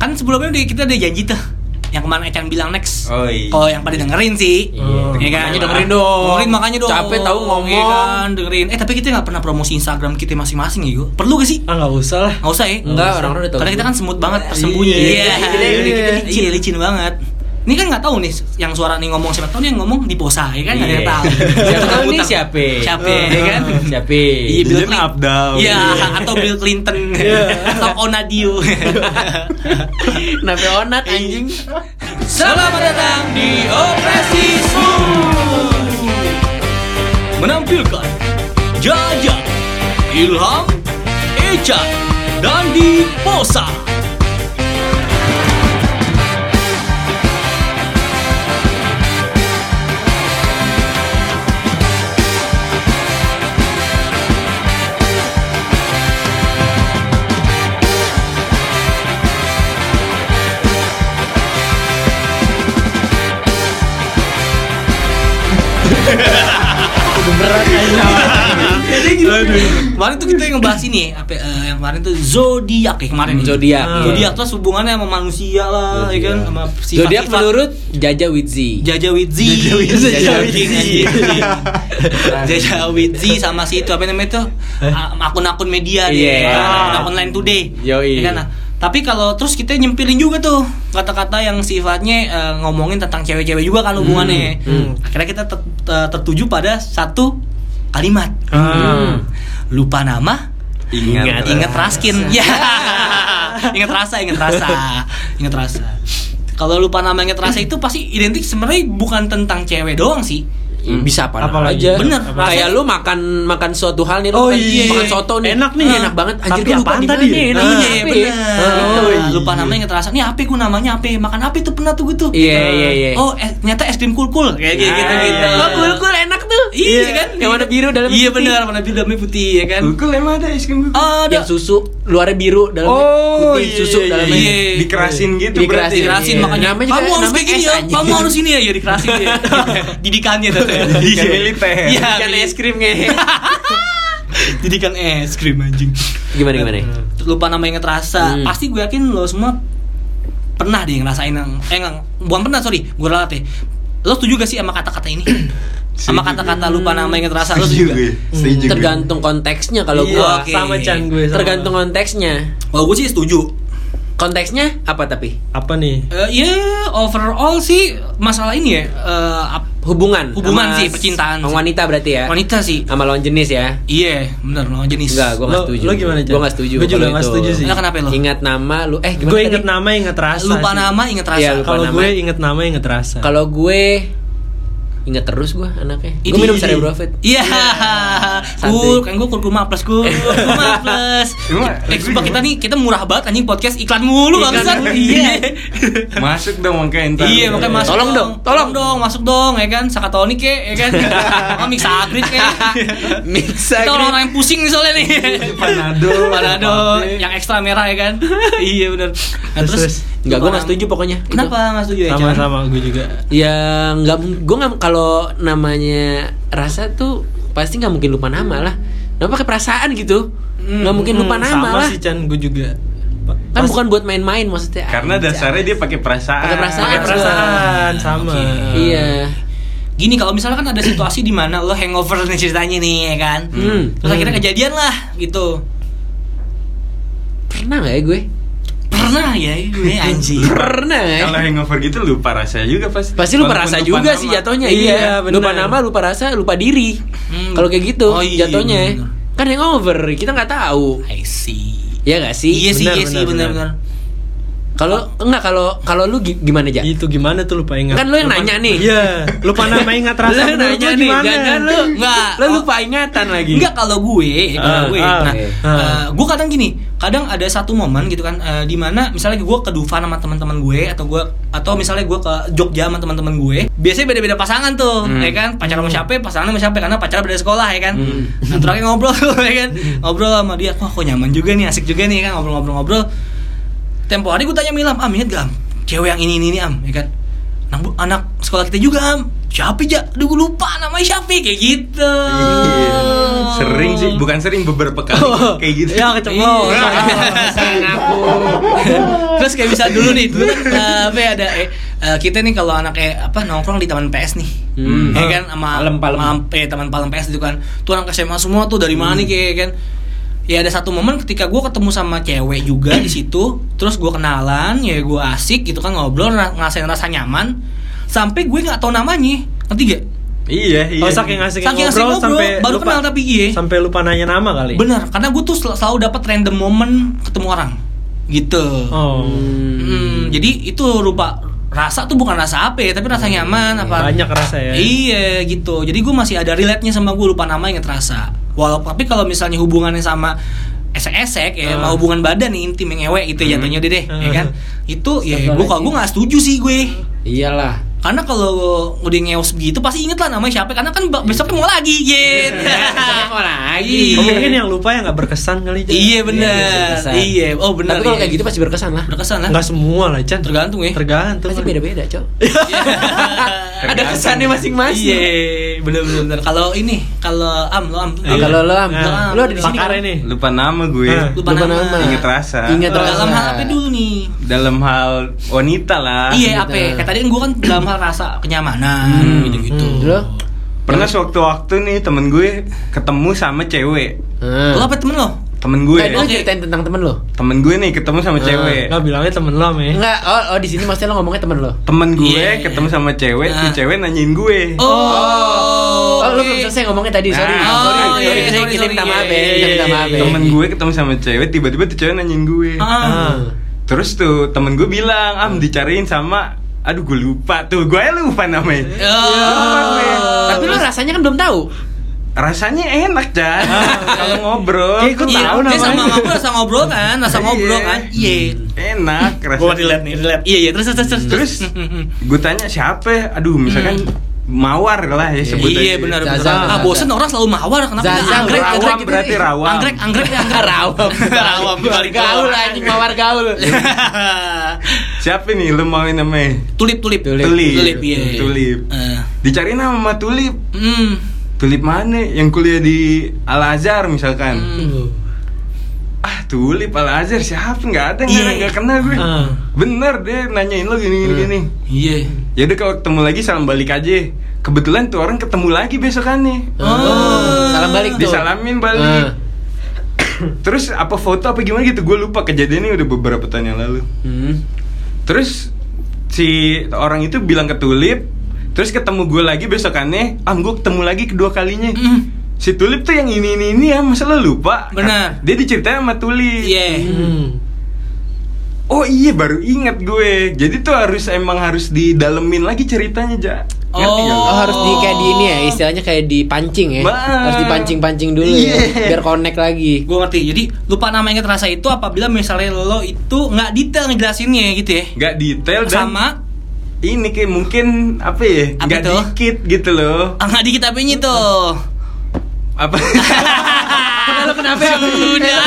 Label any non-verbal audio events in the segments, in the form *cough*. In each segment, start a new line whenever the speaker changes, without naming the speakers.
kan sebelumnya udah kita udah janji tuh yang kemarin Ecan bilang next
Oh, iya.
kalau yang pada dengerin sih
Iya,
Iya kan?
makanya dengerin dong.
Dengerin makanya dong.
Capek tahu ngomong.
Iya kan, dengerin. Eh tapi kita nggak pernah promosi Instagram kita masing-masing ya, Gu. Perlu gak sih?
Ah nggak usah lah.
Nggak usah ya.
Enggak, orang-orang udah tahu.
Karena kita kan semut banget, tersembunyi.
Iya.
Iya,
Iya.
kita licin. Iya, licin banget. Ini kan nggak tahu nih yang suara nih ngomong siapa tahu nih yang ngomong di posa ya kan nggak ada yang
Iya.
tahu.
Siapa tahu nih
Utang.
siapa?
Siapa
Eh,
ya kan?
Siapa?
Iya, Bill
Dia
Clinton.
up down.
Iya, atau Bill Clinton atau Onadio.
Kenapa onat anjing?
Selamat datang di Operasi Smooth. Menampilkan Jaja, Ilham, Eca, dan di Posa.
kan?
Kemarin tuh kita yang ngebahas ini ya, apa eh, yang kemarin tuh zodiak ya kemarin. ya.
Zodiak.
Ah. Zodiak terus hubungannya sama manusia lah, ya kan sama sifat-sifat.
Zodiak menurut Jaja Widzi.
Jaja Widzi Jaja
Widzi. *laughs*
Jaja Widzi sama si itu apa namanya tuh Ah, akun-akun media dia
Eh? Iya.
Ah, akun lain today
Yoi.
Ya kan, nah. tapi kalau terus kita nyempilin juga tuh kata-kata yang sifatnya eh, ngomongin tentang cewek-cewek juga kan hubungannya
Hmm,
akhirnya kita ter- ter- tertuju pada satu kalimat
Ah.
Hmm.
lupa nama
Ingat.
ingat
*laughs*
raskin ya ingat rasa ingat rasa ingat rasa kalau lupa nama ingat rasa itu pasti identik sebenarnya bukan tentang cewek doang sih
Hmm. Bisa apa
Apalagi.
aja.
Bener.
Kayak lu makan makan suatu hal nih, lu
Oh,
makan,
iya.
makan soto nih.
Enak nih.
Ih, enak banget. Anjir,
Tapi
gua lupa
apaan
di
tadi?
mana ya,
Nah,
iya
namanya apa ya?
bener
Oh, iya.
lupa namanya ingat rasa nih apa gue namanya apa makan apa itu pernah tuh gue tuh
Iya, iya, iya.
oh eh, ternyata es krim kulkul kayak gitu gitu, gitu.
Oh, kul-kul enak tuh.
iya kan
Yang warna biru dalamnya
iya
putih.
bener warna biru dalamnya putih ya kan
Google emang ada es krim
Ah,
Google.
ada
Yang susu luarnya biru dalamnya
Oh,
putih,
iya,
susu
iya,
dalamnya.
iya. Dikerasin gitu berarti.
Dikerasin,
dikerasin
Iya.
makanya
Namanya juga-
kamu harus
namanya
kayak gini
es
ya
anjing.
kamu harus ini ya ya dikerasin
*laughs*
ya didikannya tuh ya
Didikan militer.
Ikan Iya. es krim ngehe.
didikan es krim anjing
Gimana gimana?
lupa nama yang terasa
Hmm.
pasti gue yakin lo semua pernah deh ngerasain yang eh enggak, bukan pernah sorry gue ralat ya lo setuju gak sih sama kata-kata
*clears throat*
ini sama
Setuju.
kata-kata lupa nama yang terasa lo
Setuju
setuju
gue.
gak?
Setuju gue.
Tergantung konteksnya kalau
Iya,
gua.
oke.
Sama Chan gue. sama.
Tergantung konteksnya.
Kalau gue sih setuju
Konteksnya apa tapi?
apa nih?
Eh, ya overall sih masalah ini ya eh, ap-
Hubungan.
Hubungan
sama
sih, percintaan
sama
sih.
wanita berarti ya.
wanita sih
Sama lawan jenis ya.
iya bener lawan jenis
Enggak, gua enggak
Lo-
setuju.
lo gimana, Jan?
Gua enggak setuju.
Gua juga
kalau
nggak
itu.
setuju sih.
Nah, kenapa lo?
Ingat nama lu eh gimana?
Gue
tadi?
inget nama inget rasa.
lupa
sih.
nama ingat rasa
Iya, lupa
Kalau
nama.
gue inget nama inget rasa.
Kalau gue inget terus gue anaknya.
Ini-
Gue minum
ini.
cerebrofit.
Iya.
Santai.
Kul, kan gue kurkuma plus
*laughs*
kul. Kurkuma plus.
Emang,
Eh,
lagu
sumpah
ini
kita nih kita murah banget anjing podcast iklan mulu
Iklan
*laughs*
bangsat.
mulu,
Iya.
kan? Masuk dong makanya ntar.
Iya, makanya masuk.
Tolong dong,
Tolong dong, masuk dong ya kan. Sakatoni ke ya
*laughs*
kan. Sama mix agrit ke.
Mixa.
Kita orang-orang yang pusing nih soalnya nih.
Panado.
*laughs* Panado yang ekstra merah ya
*laughs*
kan. Iya benar. Nah,
Terus, terus.
terus
Enggak, gue gak setuju pokoknya. Itu.
Kenapa enggak setuju ya? Chan?
sama-sama gue juga.
Ya nggak, gue nggak kalau namanya rasa tuh pasti nggak mungkin lupa nama lah. Nama pakai perasaan gitu,
Hmm,
nggak mungkin lupa
Hmm,
nama
sama
lah.
sih Chan gue juga.
Kan bukan buat main-main maksudnya.
Karena
Anjay.
dasarnya dia pakai perasaan.
Pakai perasaan.
Pakai perasaan sama.
Iya.
Gini kalau misalnya kan ada situasi di mana lo hangover nih ceritanya nih ya kan.
Hmm.
Terus akhirnya kejadian lah gitu.
Pernah nggak ya gue?
Pernah ya gue
*laughs*
anjing.
Pernah. ya?
Kalau hangover gitu lupa rasa juga pasti.
Pasti lupa
Walaupun
rasa
lupa
juga
nama.
sih ya, jatuhnya.
Iya, benar.
Lupa nama, lupa rasa, lupa diri.
Hmm.
Kalau kayak gitu
Oh, iya,
jatuhnya.
benar.
Kan yang over, kita nggak tahu.
I see.
Iya gak sih?
Iya sih,
benar,
iya sih,
benar,
benar-benar.
Kalau enggak kalau kalau lu gi- gimana aja?
Itu Gitu, gimana tuh lupa ingat?
Kan lu yang
Lupa-
nanya nih.
Iya, lupa nama ingat rasa.
Lu
menurut
nanya
lu
nih,
gimana?
jangan lu
Enggak.
lu lupa ingatan lagi.
Enggak kalau gue, kalau
Ah,
gue.
ah,
nah,
oke.
eh, gue kadang gini, kadang ada satu momen gitu kan, eh, di mana misalnya gue ke Dufan sama teman-teman gue atau gue atau misalnya gue ke Jogja sama teman-teman gue, biasanya beda-beda pasangan tuh,
Hmm.
ya kan? Pacar sama siapa, pasangan sama siapa karena pacar beda sekolah ya kan.
Hmm.
Nah, terakhir ngobrol *laughs* ya kan, ngobrol sama dia, wah kok nyaman juga nih, asik juga nih kan ngobrol-ngobrol-ngobrol. Tempo hari gue tanya Milam, Am, ingat gak Am? Cewek yang ini ini, ini Am, ya kan? Anak, anak sekolah kita juga Am. Siapa ja? Aduh gue lupa namanya siapa kayak gitu.
Iya. Sering sih,
Ya,
Oh. Iya.
bukan sering beberapa kali kayak gitu.
Ya, kecemplung.
Iya.
*laughs*
Perasaan aku.
terus kayak bisa dulu nih dulu kan eh, apa ya, ada eh, eh, kita nih kalau anak eh, apa nongkrong di taman PS nih
Hmm.
ya kan sama
Palem, palem. Hmm.
sama, eh, taman palem PS itu kan tuh anak SMA semua tuh dari mana nih kayak kan ya ada satu momen ketika gue ketemu sama cewek juga di situ terus gue kenalan ya gue asik gitu kan ngobrol ra- ngerasain rasa nyaman sampai gue nggak tahu namanya nanti gak
Iya, iya.
Oh saking asik
Saking asik
ngobrol,
ngobrol,
sampai
baru
lupa,
kenal tapi iya.
sampai lupa nanya nama kali.
benar karena gue tuh sel- selalu dapat random momen ketemu orang gitu
Oh.
Hmm, jadi itu rupa rasa tuh bukan rasa apa ya, tapi rasa nyaman apa?
Banyak rasa ya.
Iya gitu. Jadi gue masih ada relate-nya sama gue lupa nama yang terasa. Walaupun tapi kalau misalnya hubungannya sama esek-esek ya,
Ah.
mau hubungan badan nih intim yang ewe gitu jatuhnya deh deh, ya
Ah.
kan? Itu ya
Astagfirullahaladzim.
gue kalau gue nggak setuju sih gue.
Iyalah.
Karena kalau udah ngeos begitu pasti inget lah namanya siapa karena kan ba- besoknya mau lagi
*laughs*
gitu.
Mau lagi.
Iya.
Oh, mungkin yang lupa yang nggak berkesan kali. Chan.
Iya benar.
berkesan.
Iya. Oh benar.
Tapi kalau
iya.
kayak gitu pasti berkesan lah.
berkesan lah.
iya. Nggak semua lah Chan.
Tergantung ya.
Tergantung.
Pasti beda-beda, Cok.
Iya.
Ada
Ada
kesannya masing-masing.
Iya, bener-bener. Kalau ini, kalau am lo am.
Ah, Kalau lo am,
Iya. Nah,
lo ada di sini.
pakar
kan?
ini.
Lupa nama gue.
Hah.
Lupa
Lupa
nama.
nama.
Ingat rasa.
Ingat
Kalau
rasa.
dalam hal apa dulu nih?
Dalam hal wanita lah.
Iya,
kita.
apa? Kayak tadi kan gue kan dalam hal rasa kenyamanan
Hmm.
gitu-gitu.
Hmm. Lo?
Pernah sewaktu-waktu nih temen gue ketemu sama cewek.
Hmm.
Lo apa temen lo?
Temen gue. ya?
Tadi lo
Oke.
ceritain tentang temen lo.
Temen gue nih ketemu sama
Ah,
cewek.
Nggak bilangnya temen lo, ya. Mei.
Enggak, oh, oh di sini maksudnya lo ngomongnya temen lo.
Temen gue
Iya, iya.
ketemu sama cewek, tuh
Nah.
Ah.
cewek nanyain gue.
Oh,
Oh, lo
oke.
belum selesai ngomongnya tadi. Sorry.
Nah.
sorry.
Oh, iya,
sorry,
iya,
sorry,
sorry,
kita minta
sorry.
maaf ya.
Iya,
Kita
iya,
minta
iya.
maaf ya.
Temen gue ketemu sama cewek, tiba-tiba tuh cewek nanyain gue.
Ah.
Ah.
Terus tuh temen gue bilang, am dicariin sama, aduh gue lupa tuh, gue aja lupa namanya.
Iya.
Oh.
Tapi lo rasanya kan belum
*laughs*
tahu.
Rasanya enak Chan, kalau ngobrol.
Kayak ikut
Iya,
tahu
dia sama
namanya.
aku rasa ngobrol kan, rasa
Iya.
ngobrol kan. Iya.
Enak rasanya.
Gua relate nih, relate. Iya, iya, terus terus terus.
Terus gue tanya siapa? Aduh misalkan mawar lah ya sebut
Iya,
aja.
benar benar.
Zaza,
Ah,
Zaza.
bosen orang selalu mawar kenapa
Zaza,
nggak anggrek,
Rawam
anggrek gitu.
berarti rawam.
Anggrek, anggrek, anggrek.
Rawam.
Rawam, balik
gaul
doang.
anjing mawar gaul.
Siapa nih lo mau namanya?
*laughs* tulip, tulip,
Tulip.
Tulip.
tulip, iya.
Tulip.
Eh,
Dicariin nama Tulip.
hmm.
Tulip mana? Yang kuliah di Al Azhar misalkan.
Hmm.
Ah Tulip Al Azhar siapa? Nggak ada nggak
Iya.
ada, nggak kenal gue.
Ah.
Bener deh nanyain lo gini gini. gini.
Iya.
Ya udah kalau ketemu lagi salam balik aja. Kebetulan tuh orang ketemu lagi besokannya.
*laughs*
Oh, salam balik tuh. Ah.
Disalamin balik. Terus apa foto apa gimana gitu gue lupa kejadiannya udah beberapa tahun yang lalu.
Hmm.
Terus si orang itu bilang ke Tulip, terus ketemu gue lagi besokannya, am gue ketemu lagi kedua kalinya.
Mm.
Si Tulip tuh yang ini ini ini ya, masa lo lupa?
Benar.
Dia diceritain sama Tulip.
Iya.
Hmm.
Oh iya baru ingat gue. Jadi tuh harus emang harus didalemin lagi ceritanya, Ja. Ngerti nggak lo?
Oh, harus di kayak di ini ya, istilahnya kayak dipancing ya.
Ba-
Harus dipancing-pancing dulu
Iya.
ya, biar connect lagi.
Gue ngerti. Jadi lupa nama yang terasa itu apabila misalnya lo itu nggak detail ngejelasinnya gitu ya.
Nggak detail dan
Sama
ini kayak mungkin apa ya?
Apa
Nggak
tuh?
dikit gitu loh.
ah, nggak di kitabnya tuh.
Apa? *laughs*
Lo kenapa ya?
Sudah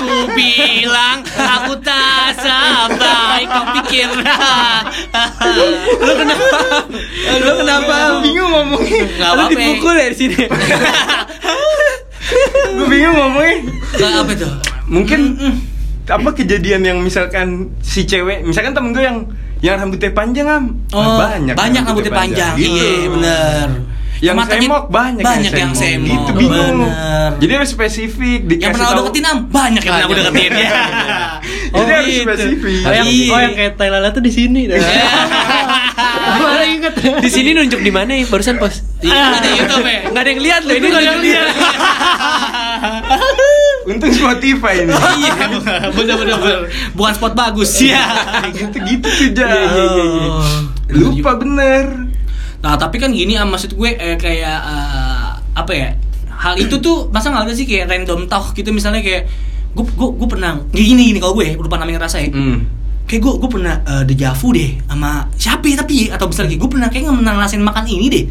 aku bilang aku tak sampai kau pikir. *laughs* lo kenapa? Lo kenapa?
bingung ngomongnya.
Nggak apa-apa.
Dipukul ya di sini.
gue bingung ngomongnya.
Nggak apa tuh?
mungkin apa kejadian yang misalkan si cewek misalkan temen gue yang yang rambutnya panjang am
Oh,
Ah,
banyak rambutnya panjang.
Gitu.
Iya, bener.
yang
Matanya-
semok banyak
banyak yang semok.
gitu bingung
Bener.
jadi harus spesifik dikasih
Yang pernah lo
tahu.
deketin am banyak yang pernah aku deketin
*laughs*
ya.
Iya. jadi
Oh,
harus
gitu.
*laughs*
spesifik
Oh yang,
Iya.
oh, yang kayak Thailand tuh di sini dah. Baru inget.
Di sini nunjuk di mana ya? Barusan pos.
Iya, ada YouTube ya.
Enggak ada yang lihat loh, ini nggak ada yang lihat.
untung Spotify ini
Iya, bener bener bener. Bukan spot bagus *laughs* ya.
gitu gitu tuh Ja.
Iya, iya, iya, iya.
lupa bener
Nah tapi kan gini Am, maksud gue eh, kayak eh, apa ya? Hal itu tuh masa nggak ada sih kayak random talk gitu misalnya kayak gue gue gue pernah gini gini kalau gue lupa namanya rasa ya.
hmm.
Kayak gue gue pernah eh, deja vu deh sama siapa ya tapi atau misalnya kayak gue pernah kayak nggak ngerasain makan ini deh.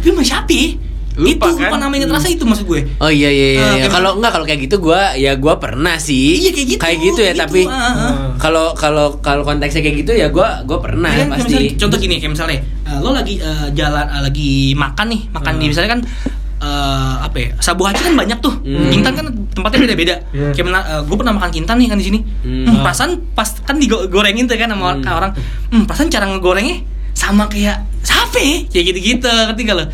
Tapi sama siapa? ya?
Lupa,
itu lupa
kan?
namanya rasa itu maksud gue.
*laughs* Oh iya iya iya.
Ah,
iya.
kayak-
Kalau enggak kalau kayak gitu gua ya gua pernah sih.
Iya, kayak gitu,
Kayak gitu ya,
kayak
tapi
gitu, ah,
ah.
kalau kalau kalau konteksnya kayak gitu ya gua gua pernah
Iya kan,
ya,
kayak
pasti. Hmm.
misalnya- contoh gini kayak misalnya eh, lo lagi eh, jalan eh, lagi makan nih makan nih misalnya kan eh, apa ya sabu haji kan banyak tuh
Hmm.
kintan kan tempatnya beda-beda
Iya.
kayak gue pernah makan kintan nih kan di sini
Hmm.
Hmm, perasaan pas kan digorengin tuh kan sama
Hmm.
orang hmm, perasaan cara ngegorengnya sama kayak sapi kayak gitu-gitu ngerti gak lo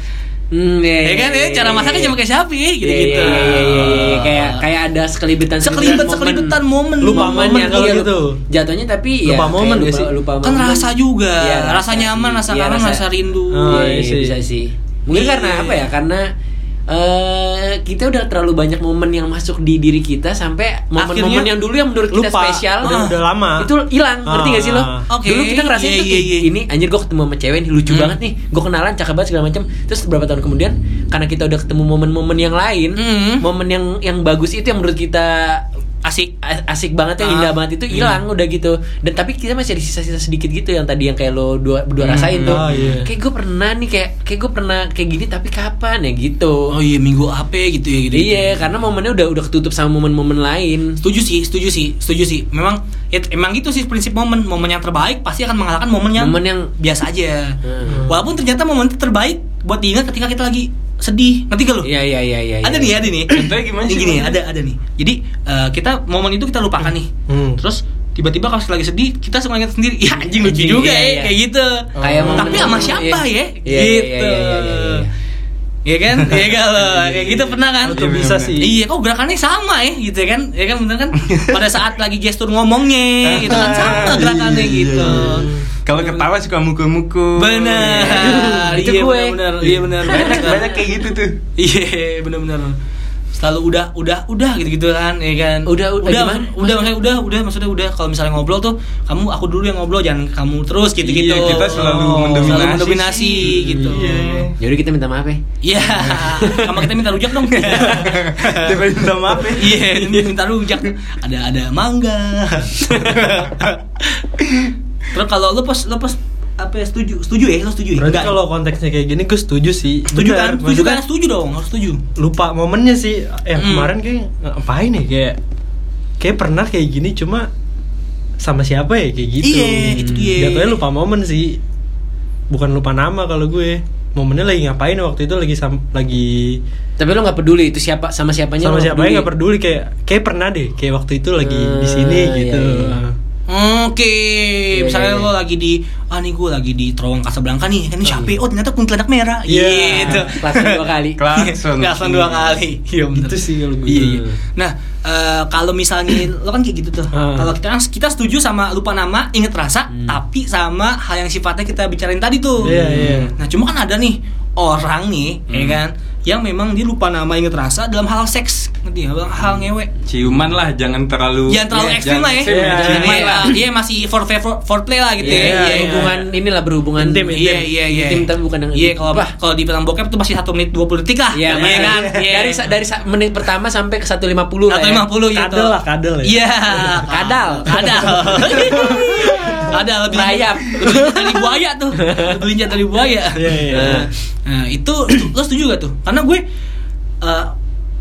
Hmm, iya,
ya
iya,
kan ya
iya,
cara
iya,
masaknya
iya.
sama kayak sapi
Iya, iya,
gitu-gitu
iya, iya, iya, iya. kayak kayak ada sekelibetan
sekelibetan sekelibetan momen
Lupa
momen,
momen kalau
iya,
gitu.
jatuhnya tapi ya
Lupa
kayak
momen nggak
lupa,
sih?
lupa
kan
momen.
rasa juga
Iya,
rasa nyaman
sih.
rasa
Iya,
kangen rasa rindu
Iya,
Oh, iya
iya,
sih.
bisa sih mungkin
Iya.
karena apa ya karena eh, kita udah terlalu banyak momen yang masuk di diri kita sampai momen-momen
Akhirnya
yang dulu yang menurut kita
lupa.
spesial
Udah-
ah,
udah lama.
itu hilang ngerti gak sih lo?
Ah.
Oke.
Dulu kita ngerasain
Iya,
tuh
iya,
kayak,
iya.
ini anjir gue ketemu sama cewek nih lucu
Hmm.
banget nih gue kenalan cakep banget segala macam terus beberapa tahun kemudian karena kita udah ketemu momen-momen yang lain
Hmm.
momen yang yang bagus itu yang menurut kita
asik
a- asik banget yang
Ah.
indah banget itu hilang
Hmm.
udah gitu dan tapi kita masih ada sisa-sisa sedikit gitu yang tadi yang kayak lo dua berdua rasain tuh
ah, iya.
kayak gue pernah nih kayak kayak gue pernah kayak gini tapi kapan ya gitu
oh iya minggu apa gitu ya gitu
iya karena momennya udah udah ketutup sama momen-momen lain
setuju sih setuju sih setuju sih memang ya, emang gitu sih prinsip momen momen yang terbaik pasti akan mengalahkan momen yang
momen yang
biasa aja
Hmm.
walaupun ternyata momen terbaik buat diingat ketika kita lagi sedih nanti gak lo
iya iya iya iya
ada nih
iya.
ada nih
Contohnya gimana
Ini
sih,
gini
Bang?
ada ada nih jadi eh, kita momen itu kita lupakan nih
Hmm.
terus tiba-tiba kalau lagi sedih kita suka ingat sendiri ya anjing lucu
Anjing,
juga
iya,
ya
iya.
kayak gitu
Kayak momen-
tapi sama siapa
iya.
ya
Iya, iya, iya,
gitu
iya, iya, iya, iya.
Iya kan? Iya
*laughs*
gak lo? Kayak gitu pernah kan?
Betul, bisa sih.
Iya, kok gerakannya sama ya gitu ya kan? Ya kan bener kan? Pada saat lagi gestur
Nah,
ngomongnya gitu
*laughs*
kan
iya,
sama gerakannya gitu.
Iya.
Kalau ketawa suka mukul-mukul.
Benar.
Itu
Iya,
gue.
benar. Iya benar.
Banyak banyak kayak gitu tuh.
Iya benar-benar selalu udah udah udah gitu gitu kan ya kan
Udah, udah,
udah
gimana?
maksud- udah makanya udah udah maksudnya udah kalau misalnya ngobrol tuh kamu aku dulu yang ngobrol jangan kamu terus gitu gitu
Iya, kita selalu mendominasi
selalu mendominasi
sih.
gitu
Iya.
jadi Hmm. kita minta maaf ya
iya sama kita minta
*laughs*
rujak dong
Coba minta maaf ya.
iya minta rujak ada ada
*laughs*
mangga terus kalau lo pas lo pas apa ya, setuju setuju ya lo setuju ya?
Berarti
Enggak.
kalau konteksnya kayak gini gue setuju sih.
setuju
Benar,
kan setuju
maksudnya
kan setuju dong harus setuju
Lupa momennya sih. Eh
Hmm.
kemarin kayak ngapain ya kayak kayak pernah kayak gini cuma sama siapa ya kayak gitu.
Iya, itu dia.
Jatuhnya lupa momen sih. Bukan lupa nama kalau gue. Momennya lagi ngapain waktu itu lagi sam lagi
tapi lo nggak peduli itu siapa sama siapanya lo
sama siapa ya nggak peduli kayak kayak pernah deh kayak waktu itu lagi di sini
Ah,
gitu.
iya, iya.
Oke,
Iya,
misalnya
iya,
lo
iya.
lagi di ah nih gue lagi di terowongan Casablanca nih, kan ini
Oh,
siapa?
iya.
Oh ternyata kuntilanak merah.
Iya.
Gitu.
Klakson dua
*laughs*
kali.
Klakson.
Klakson dua kali. Iya bener.
Itu sih kalau gue.
Iya, iya. Nah, eh, kalau misalnya *clears throat* lo kan kayak gitu tuh.
Ah.
Kalau kita kita setuju sama lupa nama, inget rasa,
Hmm.
tapi sama hal yang sifatnya kita bicarain tadi tuh.
Iya, iya.
Nah, cuma kan ada nih orang nih, ya kan, yang memang dia lupa nama inget rasa dalam hal seks, ngerti nggak? Hal ngewe.
Ciuman lah, jangan terlalu.
Jangan terlalu
Iya,
ekstrim
jangan
lah ya.
ekstrim,
Iya,
Jangan-
iya.
Iya, iya masih for for- foreplay lah gitu
Iya,
ya. Iya,
hubungan inilah berhubungan
Intim, intim.
Iya, iya, iya.
Intim, tapi bukan yang gitu.
Iya, kalau
Wah.
kalau di film bokep tuh masih 1 menit 20 detik lah.
Iya,
Iya kan? Iya.
dari sa- dari sa- menit pertama sampai ke 150 lah. ya.
150 gitu.
Kadal lah, kadal ya.
Iya.
Kadal.
Kadal. Kadal lebih
Merayap.
Lebih lincah dari buaya tuh. Lebih lincah dari
*laughs*
buaya.
Iya, iya.
Nah, Nah, itu *clears throat* lo setuju gak tuh? Karena gue eh,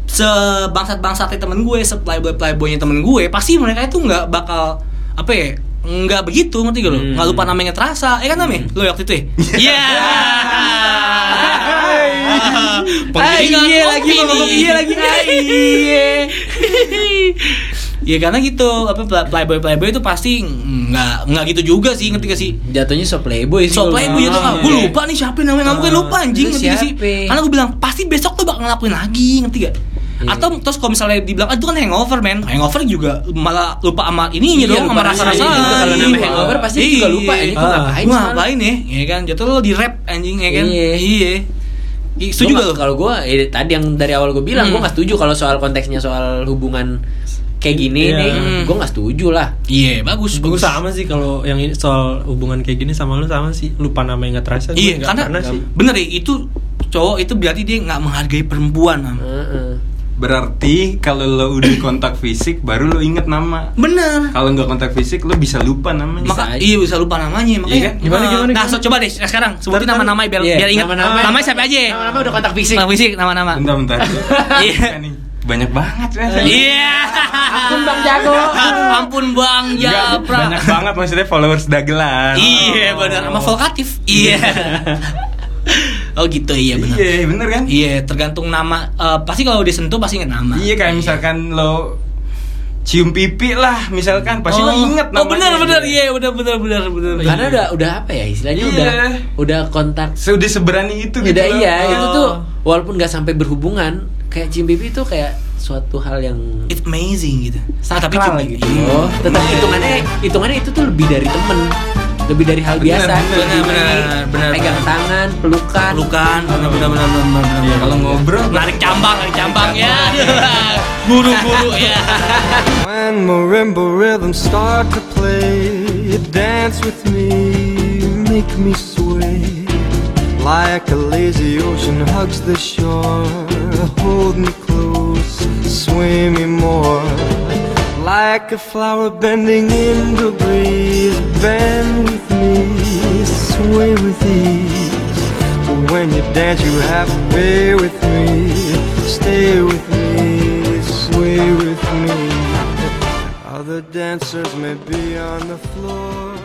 sebangsat-bangsatnya temen gue, seplayboy-playboynya temen gue, pasti mereka itu nggak bakal apa ya? Nggak begitu, ngerti gak lo?
Hmm.
Nggak lupa namanya terasa, eh kan namanya? Lo waktu itu
*laughs*
ya? Iya! Penggiringan
Ah, iya lagi
opini.
ngomong iya lagi. Ah, Iya.
Ya karena gitu, apa pla- playboy-playboy itu pasti nggak nggak gitu juga sih, ngerti gak sih?
Jatuhnya so playboy sih.
So playboy itu
Ah,
kan, gue lupa nih siapa namanya, nggak mungkin lupa anjing,
Lu
ngerti gak sih?
siapa?
Karena gue bilang, pasti besok tuh bakal ngelakuin lagi, ngerti gak?
Iya.
Atau terus kalau misalnya dibilang, ah, itu kan hangover men Hangover juga malah lupa sama ini
Iya,
dong,
lupa
sama rasa-rasa
rasanya juga. Kalau namanya
Iya.
hangover pasti
Iya.
juga lupa, ini kok
Ah.
ngapain
Gua
semalam?
ngapain ya, ya kan? Jatuh lo di rap anjing, ya kan?
Iya.
Iya I- Setuju gak
Gua nggak-
lo?
Kalau gue tadi yang dari awal gue bilang
Hmm.
gue nggak setuju kalau soal konteksnya soal hubungan kayak gini
Iya.
nih.
Hmm.
Gue nggak setuju lah.
Iya, bagus,
Gue sama sih kalau yang ini soal hubungan kayak gini sama lu sama sih lupa nama yang nggak terasa. Gua
Iya,
nggak
karena
pernah sih.
bener ya, itu cowok itu berarti dia nggak menghargai perempuan
Ah.
Am.
Heeh.
Berarti kalau lo udah kontak fisik, baru lo inget nama.
Bener
Kalau nggak kontak fisik, lo bisa lupa namanya.
Maka,
aja.
iya bisa lupa namanya makanya.
Iya kan?
Gimana,
eh,
gimana,
Nah,
gimana?
so, coba deh sekarang sebutin
Ntar, ntar.
nama-nama biar
Iya,
biar ingat.
nama-nama.
Nama-nama, siapa aja?
Nama-nama udah kontak fisik.
Nama fisik nama-nama.
Bentar, bentar.
*laughs* Iya.
Nih, Banyak banget ya.
Iya.
Ampun, Bang Jago.
Ampun Bang
Enggak,
Japra.
banyak banget maksudnya followers dagelan.
Iya benar sama vokatif. Iya. oh gitu iya benar
Iya, bener kan?
Iya, tergantung nama. Eh, pasti kalau disentuh pasti inget nama.
Iya kayak misalkan lo cium pipi lah misalkan pasti lo
Oh.
inget
Oh benar benar iya udah benar benar benar.
Karena udah udah apa ya istilahnya
Iya.
udah udah kontak.
Sudah seberani itu gitu
Udah
loh.
iya itu
Oh.
tuh walaupun nggak sampai berhubungan kayak cium pipi itu kayak suatu hal yang
It's amazing gitu.
sakral
cuma-
gitu.
Iya.
Oh, tetap hitungannya hitungannya itu tuh lebih dari temen lebih dari hal
Benar,
biasa.
benar,
Lebih
benar,
dari
benar,
Pegang
benar.
tangan, pelukan.
pelukan benar benar benar benar benar, benar.
Iya, kalau ngobrol
narik cambang narik cambang ya buru buru ya
iya.
*laughs*
When marimba rhythms start to play, you dance with me, you make me sway. Like a lazy ocean hugs the shore, hold me close, sway me more. Like a flower bending in the breeze, bend with me, sway with ease. When you dance, you have to be with me, stay with me, sway with me. Other dancers may be on the floor,